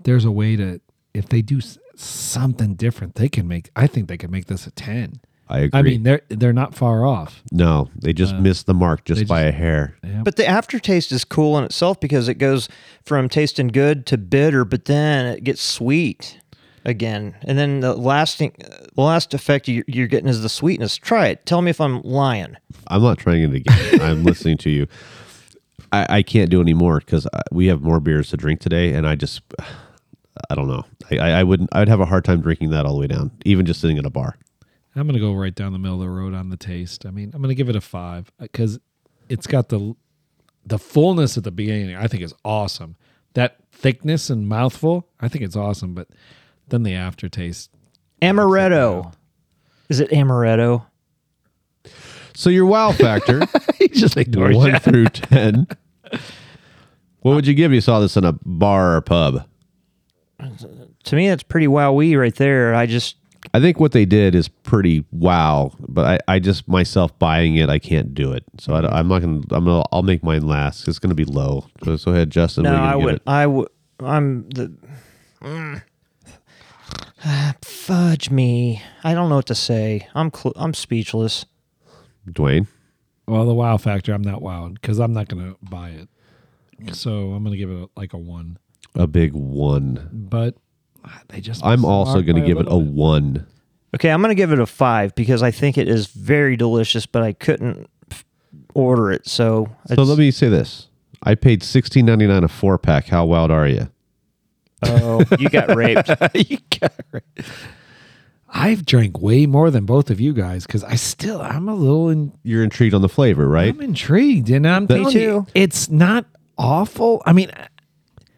Speaker 5: There's a way to. If they do s- something different, they can make. I think they can make this a ten.
Speaker 4: I agree.
Speaker 5: I mean, they're they're not far off.
Speaker 4: no, they just missed the mark just,
Speaker 5: they just-
Speaker 4: by a hair.
Speaker 6: But the aftertaste is cool in itself because it goes from tasting good to bitter, but then it gets sweet again. And then the lasting, the last effect you- you're getting is the sweetness. Try it. Tell me if I'm lying.
Speaker 4: I'm not trying it again.
Speaker 5: [LAUGHS]
Speaker 4: I'm listening to you. I, I can't do any more because we have more beers to drink today, and I just, [SIGHS] I don't know. I, I, I wouldn't. I'd have a hard time drinking that all the way down, even just sitting at a bar.
Speaker 5: I'm gonna go right down the middle of the road on the taste. I mean, I'm gonna give it a five because it's got the the fullness at the beginning. I think is awesome. That thickness and mouthful, I think it's awesome. But then the aftertaste,
Speaker 6: Amaretto. Is it amaretto?
Speaker 4: So your wow factor,
Speaker 10: [LAUGHS] he just ignored you.
Speaker 4: one through ten. What would you give? You saw this in a bar or pub.
Speaker 6: To me, that's pretty wowee right there. I just
Speaker 4: I think what they did is pretty wow, but I, I just myself buying it, I can't do it. So I, am not gonna. I'm gonna. I'll make mine last. It's gonna be low. So, so ahead, Justin. what
Speaker 6: no,
Speaker 4: are you
Speaker 6: I
Speaker 4: gonna give
Speaker 6: would.
Speaker 4: it?
Speaker 6: I would. I'm the. Mm. [SIGHS] Ah, fudge me! I don't know what to say. I'm cl- I'm speechless.
Speaker 4: Dwayne.
Speaker 5: well, the wow factor, I'm not wowed because I'm not gonna buy it. So I'm gonna give it like a one.
Speaker 4: A big one.
Speaker 5: But they just.
Speaker 4: I'm also going to give it a
Speaker 5: one.
Speaker 4: one.
Speaker 6: Okay, I'm gonna give it a five because I think it is very delicious, but I couldn't f- order it. So
Speaker 4: So
Speaker 6: it's-
Speaker 4: let me say this: I paid sixteen ninety nine a four pack. How wild are you?
Speaker 6: Oh,
Speaker 4: [LAUGHS]
Speaker 6: you got raped.
Speaker 5: you got it right. I've drank way more than both of you guys because I still I'm a little in,
Speaker 4: You're intrigued on the flavor, right?
Speaker 5: I'm intrigued and I'm telling you,
Speaker 6: too.
Speaker 5: it's not awful. I mean,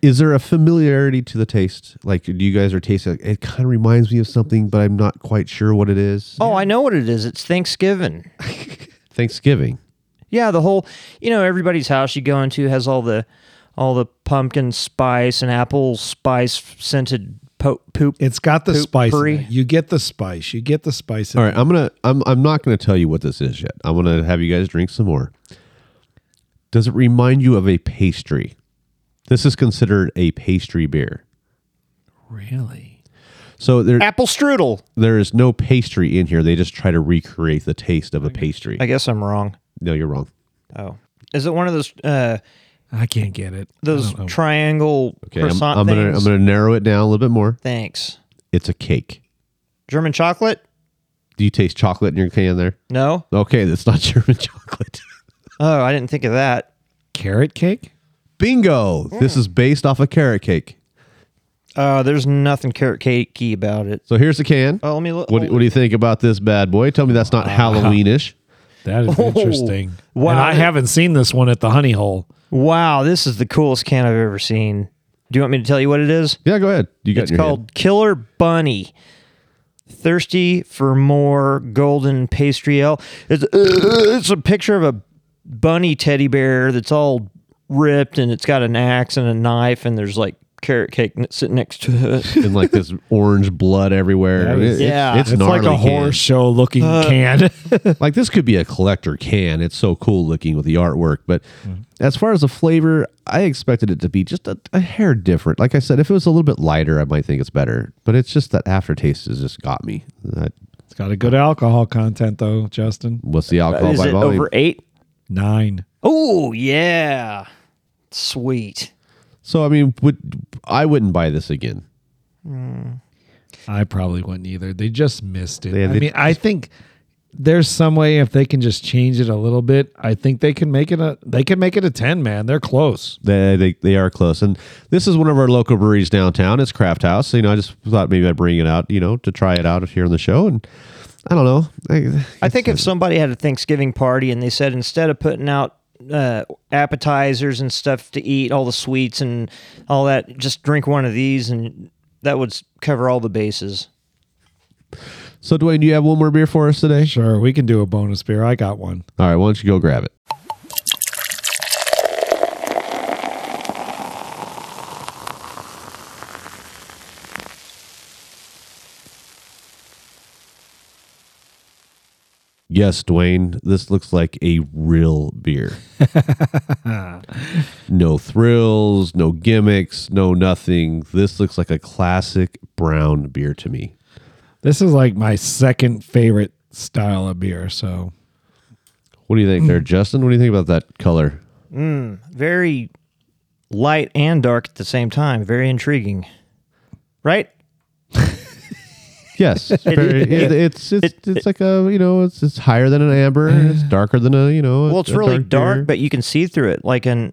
Speaker 4: Is there a familiarity to the taste? Like, do you guys are tasting? Like, it kind of reminds me of something, but I'm not quite sure what it is.
Speaker 6: Oh, I know what it is. It's Thanksgiving.
Speaker 4: Thanksgiving.
Speaker 6: Yeah, the whole you know everybody's house you go into has all the all the pumpkin spice and apple spice scented po- poop.
Speaker 5: it's got the spice. in
Speaker 6: Potpourri.
Speaker 5: it. You get the spice. You get the spice. in
Speaker 4: All
Speaker 5: it.
Speaker 4: right, I'm gonna. I'm. I'm not gonna tell you what this is yet. I'm gonna have you guys drink some more. Does it remind you of a pastry? This is considered a pastry beer.
Speaker 5: Really?
Speaker 4: So there,
Speaker 6: apple strudel.
Speaker 4: there is no pastry in here. They just try to recreate the taste of a pastry.
Speaker 6: I guess I'm wrong.
Speaker 4: no, you're wrong.
Speaker 6: Oh, is it one of those uh
Speaker 5: I can't get it. I
Speaker 6: those
Speaker 5: don't know.
Speaker 6: triangle
Speaker 4: Okay, I'm,
Speaker 6: croissant
Speaker 4: I'm gonna I'm
Speaker 6: things?
Speaker 4: gonna narrow it down a little bit more.
Speaker 6: Thanks.
Speaker 4: It's a cake.
Speaker 6: German chocolate?
Speaker 4: Do you taste chocolate in your can there?
Speaker 6: No.
Speaker 4: Okay, that's not [LAUGHS] German chocolate.
Speaker 6: Oh, I didn't think of that.
Speaker 5: carrot cake.
Speaker 4: Bingo! This
Speaker 6: Mm.
Speaker 4: is based off a carrot cake.
Speaker 6: Uh, there's nothing carrot cakey about it.
Speaker 4: So here's the can.
Speaker 6: Oh, let me Uh, look.
Speaker 4: What, do- what do you think about this bad boy? Tell me that's not Halloweenish.
Speaker 5: That [LAUGHS] is interesting.
Speaker 6: wow.
Speaker 5: And I haven't seen this one at the honey hole.
Speaker 6: Oh, wow, this is the coolest can I've ever seen. Do you want me to tell you what it is?
Speaker 4: Yeah, go ahead. You got it
Speaker 6: It's
Speaker 4: in your
Speaker 6: called
Speaker 4: hand.
Speaker 6: Killer Bunny. Thirsty for more golden pastry ale. It's, uh, it's a picture of a bunny teddy bear that's all ripped and it's got an axe and a knife and there's like carrot cake n- sitting next to it.
Speaker 4: and like
Speaker 6: [LAUGHS]
Speaker 4: this orange blood everywhere.
Speaker 6: That is-
Speaker 4: It-
Speaker 6: Yeah.
Speaker 4: it's,
Speaker 6: It's like a
Speaker 4: gnarly can.
Speaker 6: horse
Speaker 5: show looking [LAUGHS] can.
Speaker 4: [LAUGHS] like this could be a collector can. It's so cool looking with the artwork. But
Speaker 6: Mm.
Speaker 4: as far as the flavor, I expected it to be just a, a hair different. Like I said, if it was a little bit lighter, I might think it's better. But it's just that aftertaste has just got me. That-
Speaker 5: It's got a good alcohol content though, Justin.
Speaker 4: what's the alcohol
Speaker 6: Uh, Is [LAUGHS]
Speaker 4: by
Speaker 6: it
Speaker 4: volume?
Speaker 6: over eight?
Speaker 5: Nine.
Speaker 6: Oh yeah, sweet.
Speaker 4: so I mean, would I wouldn't buy this again.
Speaker 5: I probably wouldn't either. They just missed it.
Speaker 4: Yeah,
Speaker 5: I
Speaker 4: they-
Speaker 5: mean, I think there's some way if they can just change it a little bit, I think they can make it a they can make it a ten, man. They're close.
Speaker 4: They, they they are close, and this is one of our local breweries downtown. It's Craft House. You know, I just thought maybe I'd bring it out. You know, to try it out here on the show, and I don't know. I,
Speaker 6: I think if somebody had a Thanksgiving party and they said instead of putting out uh, appetizers and stuff to eat, all the sweets and all that, just drink one of these, and that would s- cover all the bases.
Speaker 4: so. Dwayne, do you have one more beer for us today?
Speaker 5: Sure, we can do a bonus beer. I got one.
Speaker 4: All right, why don't you go grab it? Yes, Dwayne, this looks like a real beer. no thrills, no gimmicks, no nothing. This looks like a classic brown beer to me.
Speaker 5: This is like my second favorite style of beer. So
Speaker 4: What do you think there, Justin? What do you think about that color?
Speaker 6: Mm, very light and dark at the same time. Very intriguing, right?
Speaker 4: Yes, very-
Speaker 6: [LAUGHS] it-
Speaker 4: it- it's it's it's like a you know it's it's higher than an
Speaker 6: [SIGHS]
Speaker 4: amber. and It's darker than a you know.
Speaker 6: Well,
Speaker 4: a-
Speaker 6: it's
Speaker 4: a
Speaker 6: really dark,
Speaker 4: dark. beer.
Speaker 6: but you can see through it, like an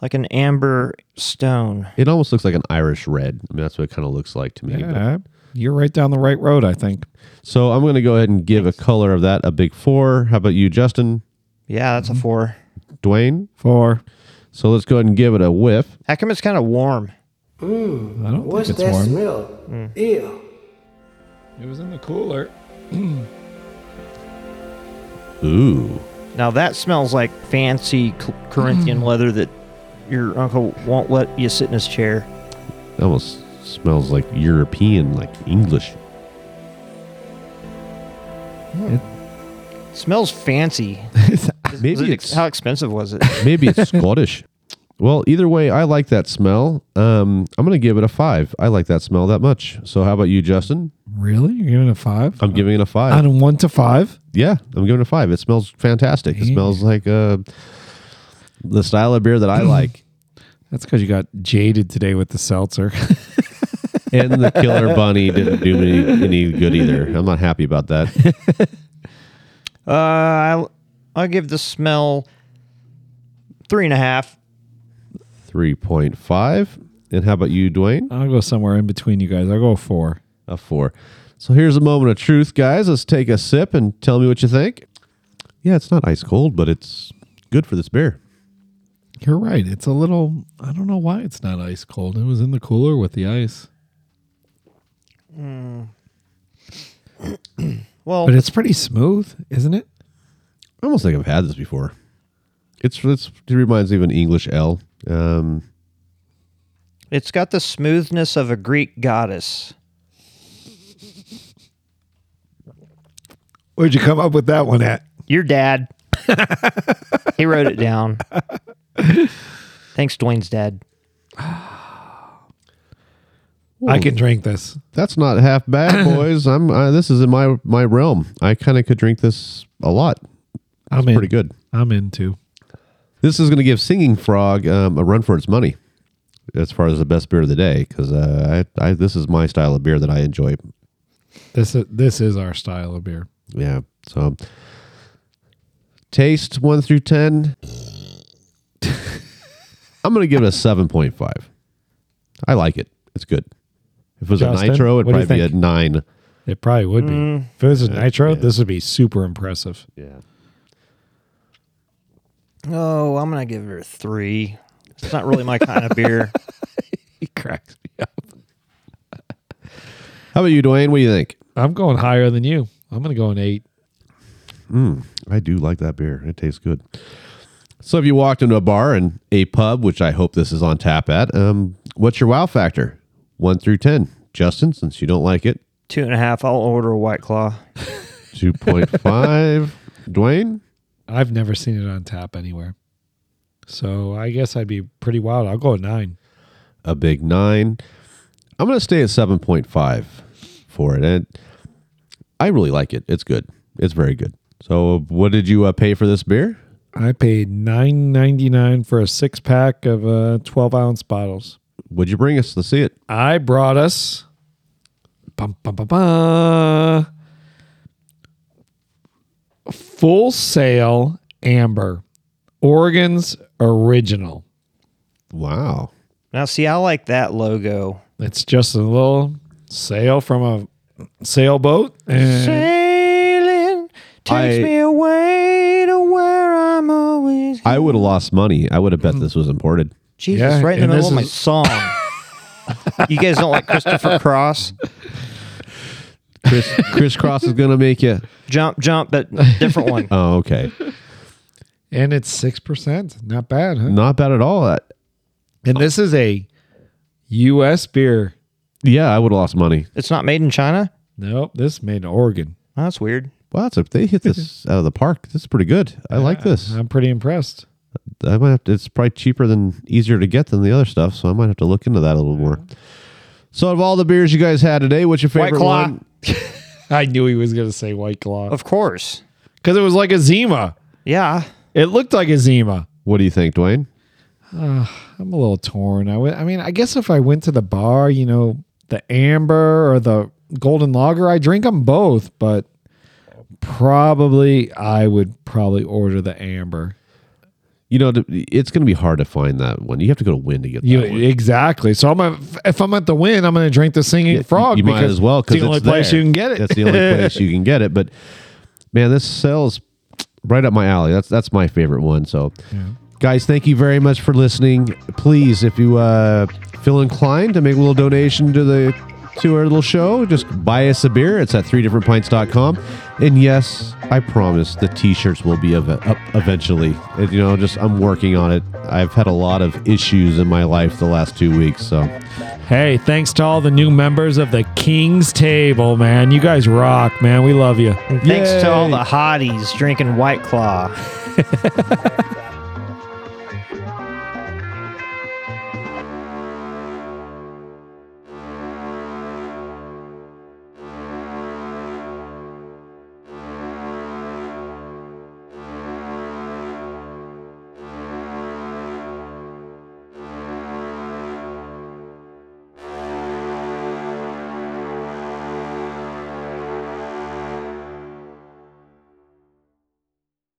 Speaker 6: like an amber stone.
Speaker 4: It almost looks like an Irish red. I mean, that's what it kind of looks like to me. but-
Speaker 5: yeah, you're right down the right road, I think.
Speaker 4: So I'm going to go ahead and give a color of that a big four. How about you, Justin,
Speaker 6: Yeah, that's a four.
Speaker 4: Dwayne?
Speaker 5: Four.
Speaker 4: So let's go ahead and give it a whiff.
Speaker 6: How come it's kind of warm?
Speaker 5: I don't
Speaker 7: What's
Speaker 5: think
Speaker 7: that
Speaker 5: it's warm. Mm.
Speaker 7: smell? Ew.
Speaker 5: It was in the cooler.
Speaker 4: Ooh,
Speaker 6: Now that smells like fancy Cl- Corinthian leather that your uncle won't let you sit in his chair.
Speaker 4: it almost smells like European, like English.
Speaker 6: smells fancy. Was
Speaker 4: Maybe
Speaker 6: it-
Speaker 4: it's
Speaker 6: how expensive was it? [LAUGHS]
Speaker 4: maybe it's Scottish. Well, either way, I like that smell. Um, I'm going to give it a five. I like that smell that much. So how about you, Justin?
Speaker 5: [LAUGHS] Really? You're giving it a five?
Speaker 4: I'm giving it a five.
Speaker 5: Out of one to five?
Speaker 4: yeah, I'm giving it a five. It smells fantastic. It
Speaker 5: Dang.
Speaker 4: smells like uh, the style of beer that I
Speaker 5: [LAUGHS]
Speaker 4: like.
Speaker 5: That's because you got jaded today with the seltzer. [LAUGHS]
Speaker 4: and the Killer Bunny didn't do me any good either. I'm not happy about that.
Speaker 6: Uh, I'll, I'll give the smell three and a half.
Speaker 4: 3.5. And how about you, Dwayne?
Speaker 5: I'll go somewhere in between you guys. I'll go four.
Speaker 4: A four. So here's a moment of truth, guys. Let's take a sip and tell me what you think. Yeah, it's not ice cold, but it's good for this beer.
Speaker 5: You're right. It's a little. I don't know why it's not ice cold. It was in the cooler with the ice,
Speaker 6: Well,
Speaker 5: but it's pretty smooth, isn't it?
Speaker 4: I almost think I've had this before. It's, it's it reminds me of an English L. Um,
Speaker 6: it's got the smoothness of a Greek goddess.
Speaker 5: Where'd you come up with that one at?
Speaker 6: Your dad. he wrote it down. Thanks, Dwayne's dad.
Speaker 5: I can drink this.
Speaker 4: That's not half
Speaker 5: [COUGHS]
Speaker 4: bad, boys. I'm uh, this is in my my realm. I kind of could drink this a lot.
Speaker 5: I'm in.
Speaker 4: Pretty good.
Speaker 5: I'm in too.
Speaker 4: This is going to give Singing Frog um, a run for its money as far as the best beer of the day because uh, I, I this is my style of beer that I enjoy.
Speaker 5: This is this is our style of beer.
Speaker 4: Yeah. So taste one through ten. [LAUGHS] I'm going to give it a seven point five. I like it. It's good. If it was
Speaker 5: Justin,
Speaker 4: a nitro, it'd
Speaker 5: what do you
Speaker 4: probably be a
Speaker 5: think?
Speaker 4: nine.
Speaker 5: It probably would be. if it was a nitro, this would be super impressive.
Speaker 4: Yeah.
Speaker 6: Oh, I'm going to give it a three. It's not really my kind of [LAUGHS] beer.
Speaker 5: He cracks me up.
Speaker 4: How about you, Dwayne? What do you think?
Speaker 5: I'm going higher than you. I'm gonna go an eight.
Speaker 4: I do like that beer. It tastes good. So if you walked into a bar and a pub, which I hope this is on tap at, um, What's your wow factor? One through 10. Justin, since you don't like it,
Speaker 6: Two and a half. I'll order a White Claw.
Speaker 4: 2.5. Dwayne?
Speaker 5: I've never seen it on tap anywhere. So I guess I'd be pretty wild. I'll go a nine.
Speaker 4: a big nine. I'm going to stay at 7.5 for it. And I really like it. It's good. It's very good. So, what did you uh, pay for this beer?
Speaker 5: I paid nine ninety nine for a six pack of uh, twelve ounce bottles.
Speaker 4: Would you bring us to see it?
Speaker 5: I brought us bum, bum, bum, bum, full sail amber, Oregon's original.
Speaker 4: Wow.
Speaker 6: Now, see, I like that logo.
Speaker 5: It's just a little sail from a sailboat. And
Speaker 6: Sailing takes
Speaker 4: I-
Speaker 6: me away to where I'm always.
Speaker 4: I would have lost money. I would have bet this was imported.
Speaker 6: Jesus,
Speaker 5: Yeah,
Speaker 6: right in the
Speaker 5: and this
Speaker 6: middle of my
Speaker 5: is-
Speaker 6: song.
Speaker 5: [LAUGHS]
Speaker 6: you guys don't like Christopher Cross?
Speaker 4: Chris, Chris Cross is going to make you.
Speaker 6: Jump, jump, but
Speaker 5: [LAUGHS]
Speaker 6: different one.
Speaker 4: Oh,
Speaker 6: [LAUGHS]
Speaker 4: okay.
Speaker 5: and it's six percent. Not bad, huh?
Speaker 4: Not bad at all. Uh,
Speaker 5: And this is a US beer.
Speaker 4: yeah, I would have lost money.
Speaker 6: It's not made in China.
Speaker 5: Nope, this made in Oregon.
Speaker 6: Well, that's weird.
Speaker 4: Wow, that's a, they hit
Speaker 6: [LAUGHS]
Speaker 4: this out of the park. This is pretty good. I like this.
Speaker 5: I'm pretty impressed.
Speaker 4: I might have to, it's probably cheaper than easier to get than the other stuff, so I might have to look into that a little more. So, of all the beers you guys had today, what's your
Speaker 6: White
Speaker 4: favorite
Speaker 6: Claw.
Speaker 4: one?
Speaker 5: I knew he was gonna say White Claw
Speaker 6: Of course.
Speaker 5: because it was like a Zima.
Speaker 6: Yeah.
Speaker 5: It looked like a Zima.
Speaker 4: What do you think, Dwayne?
Speaker 5: I'm a little torn. I would- I mean, I guess if I went to the bar, you know, the amber or the golden lager, I drink them both, but probably I would probably order the amber.
Speaker 4: You know, th- it's going to be hard to find that one. You have to go to Win to get that
Speaker 5: You,
Speaker 4: one.
Speaker 5: exactly. So I'm a, if I'm at the win, I'm going to drink the singing frog.
Speaker 4: you might
Speaker 5: because
Speaker 4: as well
Speaker 5: it's the only
Speaker 4: there.
Speaker 5: place you can get it.
Speaker 4: That's the
Speaker 5: [LAUGHS]
Speaker 4: only place you can get it. But man, this sells right up my alley. That's that's my favorite one. So, guys, thank you very much for listening. Please, if you uh, feel inclined to make a little donation to the to our little show, just buy us a beer. It's at three different pints.com. And yes, I promise the t-shirts will be ev- up eventually. It- you know, just I'm working on it. I've had a lot of issues in my life the last two weeks, so.
Speaker 5: Hey, thanks to all the new members of the King's Table, man. You guys rock, man. We love you.
Speaker 6: And thanks to all the hotties drinking White Claw.